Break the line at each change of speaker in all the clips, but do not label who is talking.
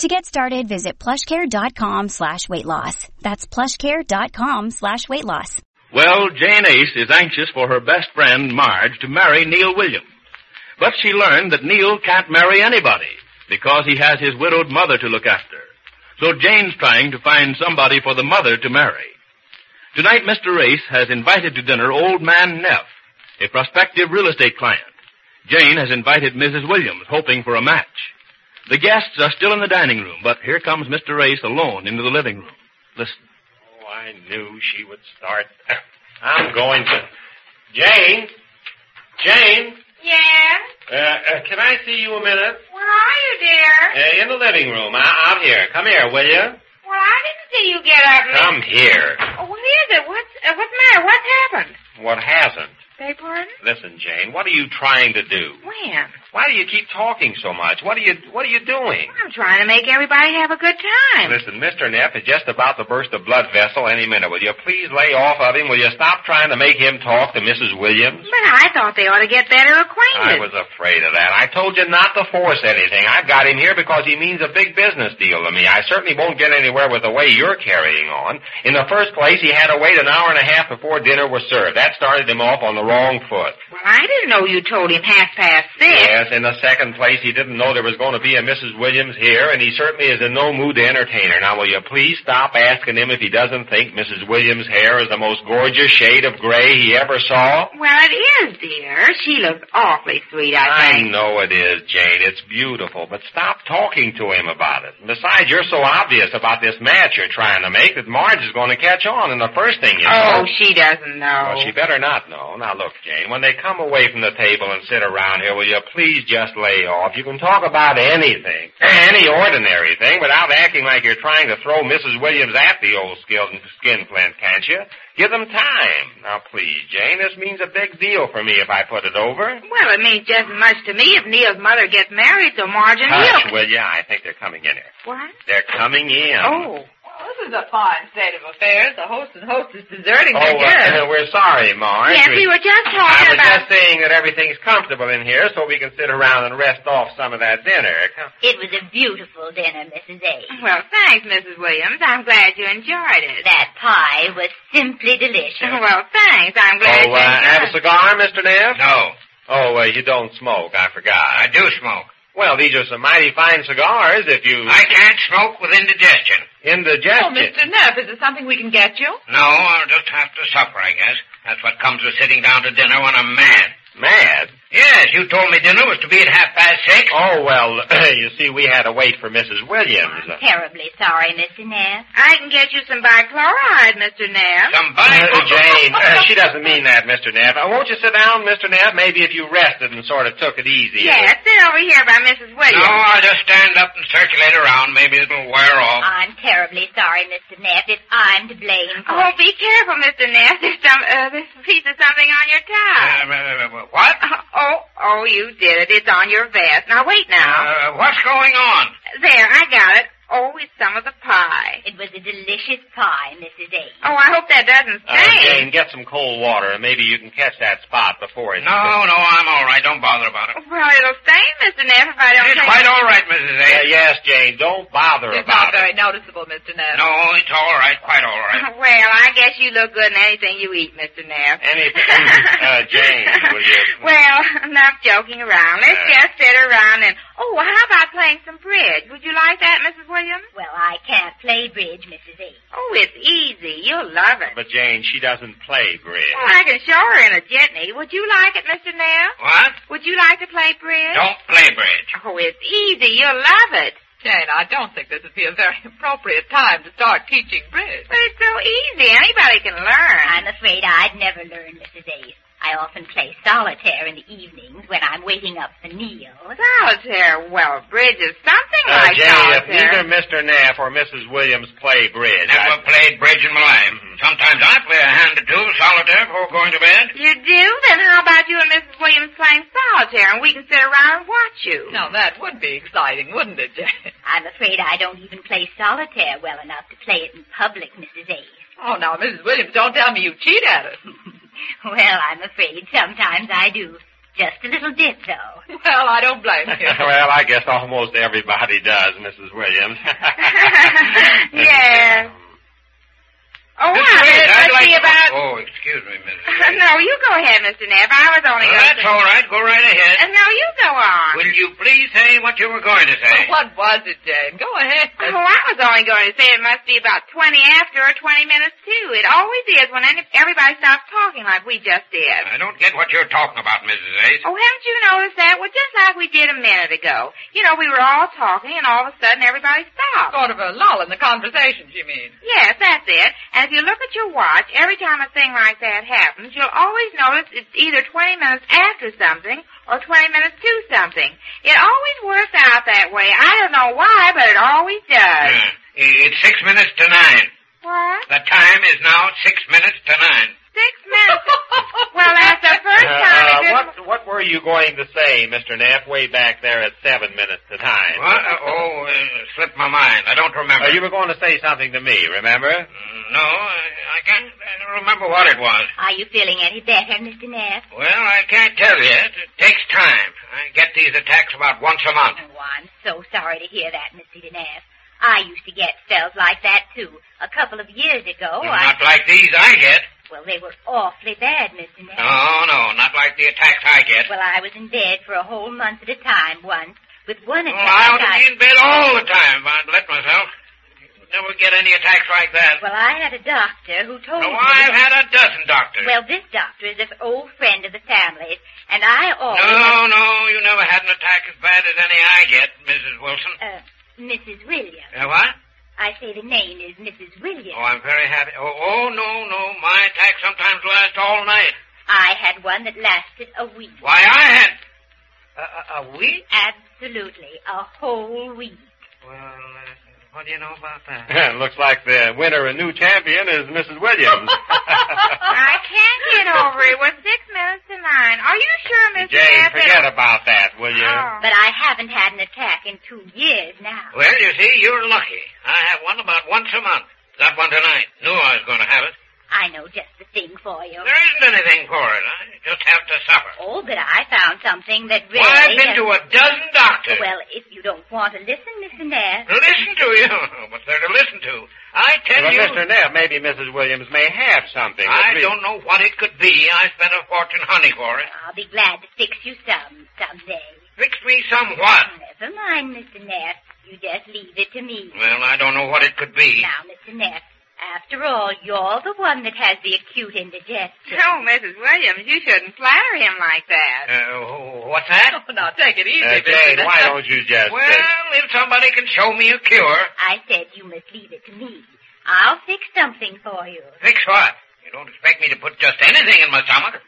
To get started, visit plushcare.com slash weight loss. That's plushcare.com slash weight loss.
Well, Jane Ace is anxious for her best friend, Marge, to marry Neil William. But she learned that Neil can't marry anybody because he has his widowed mother to look after. So Jane's trying to find somebody for the mother to marry. Tonight, Mr. Ace has invited to dinner old man Neff, a prospective real estate client. Jane has invited Mrs. Williams, hoping for a match. The guests are still in the dining room, but here comes Mr. Ace alone into the living room. Listen.
Oh, I knew she would start. I'm going to. Jane? Jane?
Yeah?
Uh, uh, can I see you a minute?
Where are you, dear?
Uh, in the living room, uh, out here. Come here, will you?
Well, I didn't see you get up. and-
Come here.
Oh, what is it? What's, uh, what's the matter? What's happened?
What hasn't?
Beg pardon?
Listen, Jane, what are you trying to do?
When?
Why do you keep talking so much? What are you What are you doing?
I'm trying to make everybody have a good time.
Listen, Mr. Neff is just about to burst a blood vessel any minute. Will you please lay off of him? Will you stop trying to make him talk to Mrs. Williams?
But I thought they ought to get better
I
acquainted.
was afraid of that. I told you not to force anything. I've got him here because he means a big business deal to me. I certainly won't get anywhere with the way you're carrying on. In the first place, he had to wait an hour and a half before dinner was served. That started him off on the wrong foot.
Well, I didn't know you told him half past six.
Yes, in the second place, he didn't know there was going to be a Mrs. Williams here, and he certainly is in no mood to entertain her. Now, will you please stop asking him if he doesn't think Mrs. Williams' hair is the most gorgeous shade of gray he ever saw?
Well, it is, dear. She looks awfully sweet, I
I
think.
know it is, Jane. It's beautiful, but stop talking to him about it. And Besides, you're so obvious about this match you're trying to make that Marge is going to catch on, and the first thing you know...
Oh, she doesn't know.
Well, she better not know. Now, look, Jane, when they come away from the table and sit around here, will you please just lay off? You can talk about anything, any ordinary thing, without acting like you're trying to throw Mrs. Williams at the old skeleton skin flint, can't you? Give them time. Now, please, Jane, this means a big deal for me if I put it over.
Well, it means just as much to me if Neil's mother gets married to Marge and
Hush,
Neil.
will you? I think they're coming in here.
What?
They're coming in.
Oh. Well, this is a fine state of affairs. The host and hostess deserting
Oh, uh, we're sorry, Marge.
yes,
We-
we were just
I
talking
was
about...
just saying that everything's comfortable in here so we can sit around and rest off some of that dinner. Come-
It was a beautiful dinner, Mrs. A.
Well, thanks, Mrs. Williams. I'm glad you enjoyed it.
That pie was simply delicious.
Well, thanks. I'm glad
Oh,
you
uh, have a
enjoyed it.
cigar, Mr. Neff?
No,
Oh, uh, you don't smoke. I forgot.
I do smoke.
Well, these are some mighty fine cigars if you...
can't smoke with indigestion.
Oh,
Indigestion.
Mr. Neff, is it something we can get you?
No, I'll just have to suffer, I guess. That's what comes with sitting down to dinner when I'm mad.
Mad.
Yes, you told me dinner was to be at half past six.
Oh, well, you see, we had to wait for Mrs. Williams.
I'm terribly sorry, Mr. Neff.
I can get you some bichloride, Mr. Neff.
Somebody...
Uh, Jane, uh, she doesn't mean that, Mr. Neff. Uh, won't you sit down, Mr. Neff? Maybe if you rested and sort of took it easy.
Yes, sit over here by Mrs. Williams.
No, I'll just stand up and circulate around. Maybe it'll wear off.
I'm terribly sorry, Mr. Neff, if I'm to blame. for
Oh,
it.
be careful, Mr. Ness. There's some, uh, there's a piece of something on your tie.
Uh, what?
Oh, oh, you did it. It's on your vest. Now wait now.
Uh, what's going on?
there, I got it. Oh, it's some of the pie.
It was a delicious pie, Mrs. A.
Oh, I hope that doesn't
Uh, Jane,
stain.
get some cold water, and maybe you can catch that spot before it.
No, no, I'm all right. Don't bother about it.
well, it'll stain, Mr. Neff, if I don't
It's
take
quite all right, Mrs.
Uh,
A.
yes, Jane. Don't bother
It's
about it.
not very noticeable, Mr. Neff.
No, it's all right. Quite all right.
Well, I guess you look good in anything you eat, Mr. Neff.
Anything, uh, Jane, will you?
Well, enough joking around. Let's
Yeah.
just sit around and oh, well, how about playing some bridge? Would you like that, Mrs. Williams?
Well, I can't play bridge, E. Mrs. A.
Oh, it's easy. You'll love it.
But Jane, she doesn't play bridge.
Well, I can show her in a jitney. Would you like it, Mr. Nair?
What?
Would you like to play bridge?
Don't play bridge.
Oh, it's easy. You'll love it.
Jane, I don't think this would be a very appropriate time to start teaching bridge.
But it's so easy. Anybody can learn.
I'm afraid I'd never learn, Mrs. A. I often play solitaire in the evenings when I'm waiting up for Neil.
Solitaire. Well, bridge is something
Uh,
like
Jane, if
solitaire.
neither Mr. Neff or Mrs. Williams play bridge,
Never
I- Mm-hmm.
played bridge in my life. Sometimes I play a hand or two solitaire before going to bed.
You do? Then how about you and Mrs. Williams playing solitaire and we can sit around and watch you?
Now that would be exciting, wouldn't it, Jane?
I'm afraid I don't even play solitaire well enough to play it in public, Mrs. A.
Oh, now, Mrs. Williams, don't tell me you cheat at it.
well, I'm afraid sometimes I do. Just a little dip, though.
Well, I don't blame you.
well, I guess almost everybody does, Mrs. Williams.
Yes. Oh,
Mrs.
wow.
Williams, I'd
Let's
like
see
to-
about...
Oh, excuse me, Mrs. A.
no, you go ahead, Mr. Neff. I was
Well,
only going
that's all right. Go right ahead.
No, you go on.
Will you please say what you were going to say?
What was it, Jane? Go ahead.
Oh, I was only going to say it must be about 20 after or 20 minutes to. It always is when any, everybody stops talking like we just did.
I don't get what you're talking about, Mrs. Ace.
Oh, haven't you noticed that? Well, just like we did a minute ago. You know, we were all talking and all of a sudden everybody stopped.
Sort of a lull in the conversation, you mean.
Yes, that's it. And if you look at your watch, every time a thing like that happens, you'll always notice it's either 20 minutes after something or 20 minutes to something. It always works out that way. I don't know why, but it always does.
Yeah. Uh, It's six minutes to nine.
What?
The time is now six minutes to nine.
Six minutes. well, that's the
Uh,
first time.
uh,
it
what,
didn't-
what were you going to say, Mr. Neff, way back there at seven minutes to nine?
What? Uh, oh, uh, slipped my mind. I don't remember.
Uh, you were going to say something to me, remember?
No, I, I can't I don't remember what it was.
Are you feeling any better, Mr. Neff?
Well, I can't tell you. It, it takes time. I get these attacks about once a month.
Oh, I'm so sorry to hear that, Mr. Neff. I used to get spells like that, too. A couple of years ago, Oh, I...
Not like these I get.
Well, they were awfully bad, Mr. Neff.
No, no, not like the attacks I get.
Well, I was in bed for a whole month at a time once with one
Well,
attack.
Oh, I ought to
I-
be in bed all the time if I'd let myself. Never get any attacks like that.
Well, I had a doctor who told
Oh,
me...
I've had a dozen doctors.
Well, this doctor is an old friend of the family's, and I always...
No, no, Oh, you never had an attack as bad as any I get, Mrs. Wilson.
Uh, Mrs. Williams.
Uh, what?
I say the name is Mrs. Williams.
Oh, I'm very happy. Oh, oh, no, no. My attacks sometimes last all night.
I had one that lasted a week.
Why, I had. A, a, a week?
Absolutely, a whole week.
Well, uh, what do you know about that?
Looks like the winner and new champion is Mrs. Williams.
I can't get over it. We're six minutes to nine. Are you sure, Mr.
Jane,
Neff,
forget
it'll-
about that, will you?
Oh.
But I haven't had an attack in two years now.
Well, you see, you're lucky. I have one about once a month. Got one tonight. Knew I was going to have it.
I know just the thing for you.
There isn't anything for it. I just have to suffer.
Oh, but I found something that really.
Why, I've been
has-
to a dozen doctors.
Well, if you don't want to listen, Mr. Nair.
Listen to you. What's there to listen to? I tell
Well,
you.
Mr. Neff, maybe Mrs. Williams may have something. that
I
we-
don't know what it could be. I spent a fortune hunting for it.
I'll be glad to fix you some someday.
Fix me somewhat.
Never mind, Mr. Nair. You just leave it to me.
Well, I don't know what it could be.
Now, Mr. Neff, after all, you're the one that has the acute indigestion.
No, Mrs. Williams, you shouldn't flatter him like that.
Uh, what's that?
Oh, now, take it easy,
Uh,
Mr.
Jane,
Neff.
why don't you just...
Well, if somebody can show me a cure,
I said you must leave it to me. I'll fix something for you.
fix what? You don't expect me to put just anything in my stomach.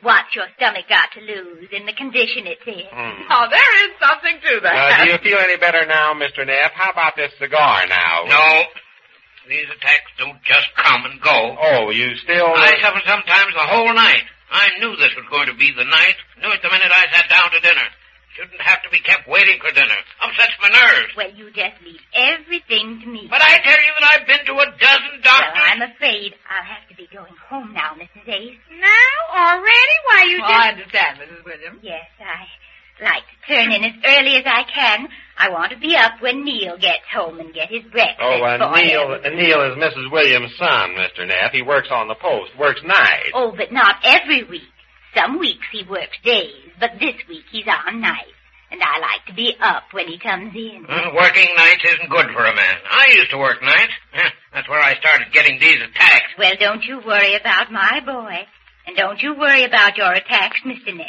What's your stomach got to lose in the condition it's in?
Hmm.
Oh, there is something to
Uh,
that.
do you feel any better now, Mr. Neff? How about this cigar now?
No. These attacks don't just come and go.
Oh, you still...
I suffered sometimes the whole night. I knew this was going to be the night. Knew it the minute I sat down to dinner. Shouldn't have to be kept waiting for dinner. Upsets my nerves.
Well, you just leave everything to me.
But I tell you that I've been to a dozen
Well,
doctors.
I'm afraid I'll have to be going home now, Mrs. Ace.
Now already? Why you
Oh,
just
I understand, Mrs. Williams.
Yes, I like to turn in as early as I can. I want to be up when Neil gets home and get his breakfast.
Oh, uh,
for
Neil,
him.
uh, Neil is Mrs. Williams' son, Mr. Neff. He works on the post, works nights.
Oh, but not every week. Some weeks he works days, but this week he's on nights. And I like to be up when he comes in.
Hmm.
Uh, working nights isn't good for a man. I used to work nights. Huh, That's where I started getting these attacks.
Well, don't you worry about my boy. And don't you worry about your attacks, Mr. Neff.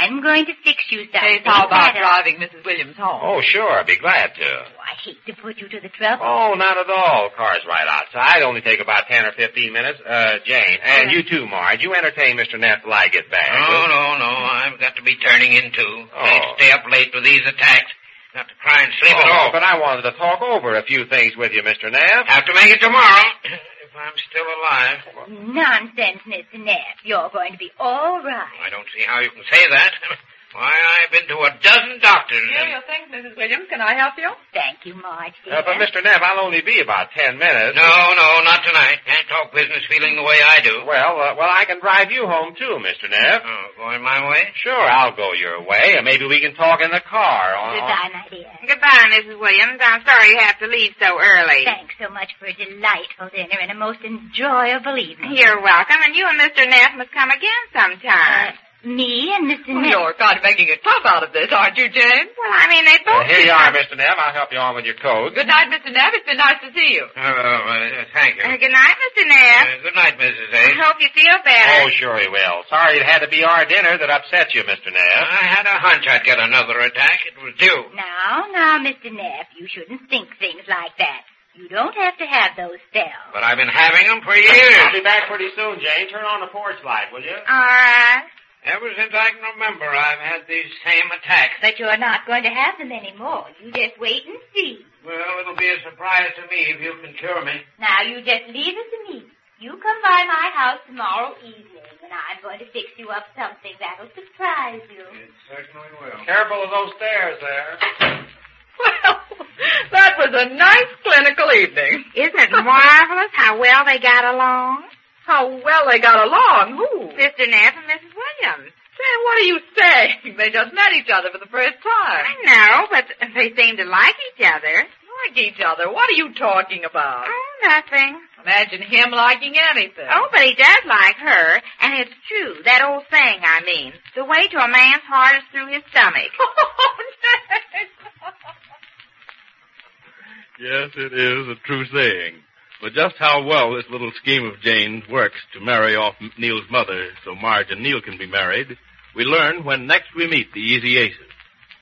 I'm going to fix you something.
Ace, how about
better.
driving Mrs. Williams home?
Oh, sure, I'd be glad to.
Oh, I hate to put you to the trouble.
Oh, not at all. Car's right outside. Only take about ten or fifteen minutes. Uh, Jane, and you too, Marge. You entertain Mr. Neff till I get back.
No, no, no. I've got to be turning in too. Can't
Oh.
stay up late with these attacks. Have to try and sleep at
Oh,
all.
but I wanted to talk over a few things with you, Mr. Neff.
Have to make it tomorrow. if I'm still alive.
Nonsense, Mr. Neff. You're going to be all right.
I don't see how you can say that. Why, I've been to a dozen doctors.
Here, your
and-
things, Mrs. Williams. Can I help you?
Thank you, Marge.
Uh, but Mr.
dear.
Neff, I'll only be about ten minutes.
No, no, not tonight. Can't talk business feeling the way I do.
Well, uh, well, I can drive you home too, Mr. Neff.
Oh, going my way?
Sure, I'll go your way, and maybe we can talk in the car. Uh-huh. on-
Goodbye, my dear.
Goodbye, Mrs. Williams. I'm sorry you have to leave so early.
Thanks so much for a delightful dinner and a most enjoyable evening.
You're welcome, and you and Mr. Neff must come again
Uh,
sometime.
me and Mr.
Oh,
Neff.
You're kind of making a club out of this, aren't you, Jane?
well, I mean, they
Uh,
both.
here you are, Mr. Neff. I'll help you on with your coat.
Good night, Mr. Neff. It's been nice to see you.
Oh, uh, thank you.
Uh, good night, Mr. Neff.
Uh, good night, Mrs.
I
A.
hope you feel
Oh,
better.
sure he will. Sorry it had to be our dinner that upset you, Mr. Neff.
I had a hunch I'd get another attack. It was due.
Now, now, Mr. Neff, you shouldn't think things like that. You don't have to have those spells.
But I've been having them for
I'll
years.
be back pretty soon, Jane. Turn on the porch light, will you?
All right.
Ever since I can remember, I've had these same attacks.
But you're not going to have them anymore. You just wait and see.
Well, it'll be a surprise to me if you can cure me.
Now, you just leave it to me. You come by my house tomorrow evening, and I'm going to fix you up something that'll surprise you.
It certainly will.
Careful of those stairs there.
Well, that was a nice clinical evening.
Isn't it marvelous how well they got along?
How well they got along. Who?
Mr. Neff and Mrs. Williams.
Jane, what are you saying? They just met each other for the first time.
I know, but they seem to like each other.
Like each other. What are you talking about?
Oh, nothing.
Imagine him liking anything.
Oh, but he does like her, and it's true, that old saying, I mean. The way to a man's heart is through his stomach.
Yes, it is a true saying. But just how well this little scheme of Jane's works to marry off M- Neil's mother so Marge and Neil can be married, we learn when next we meet the Easy Aces.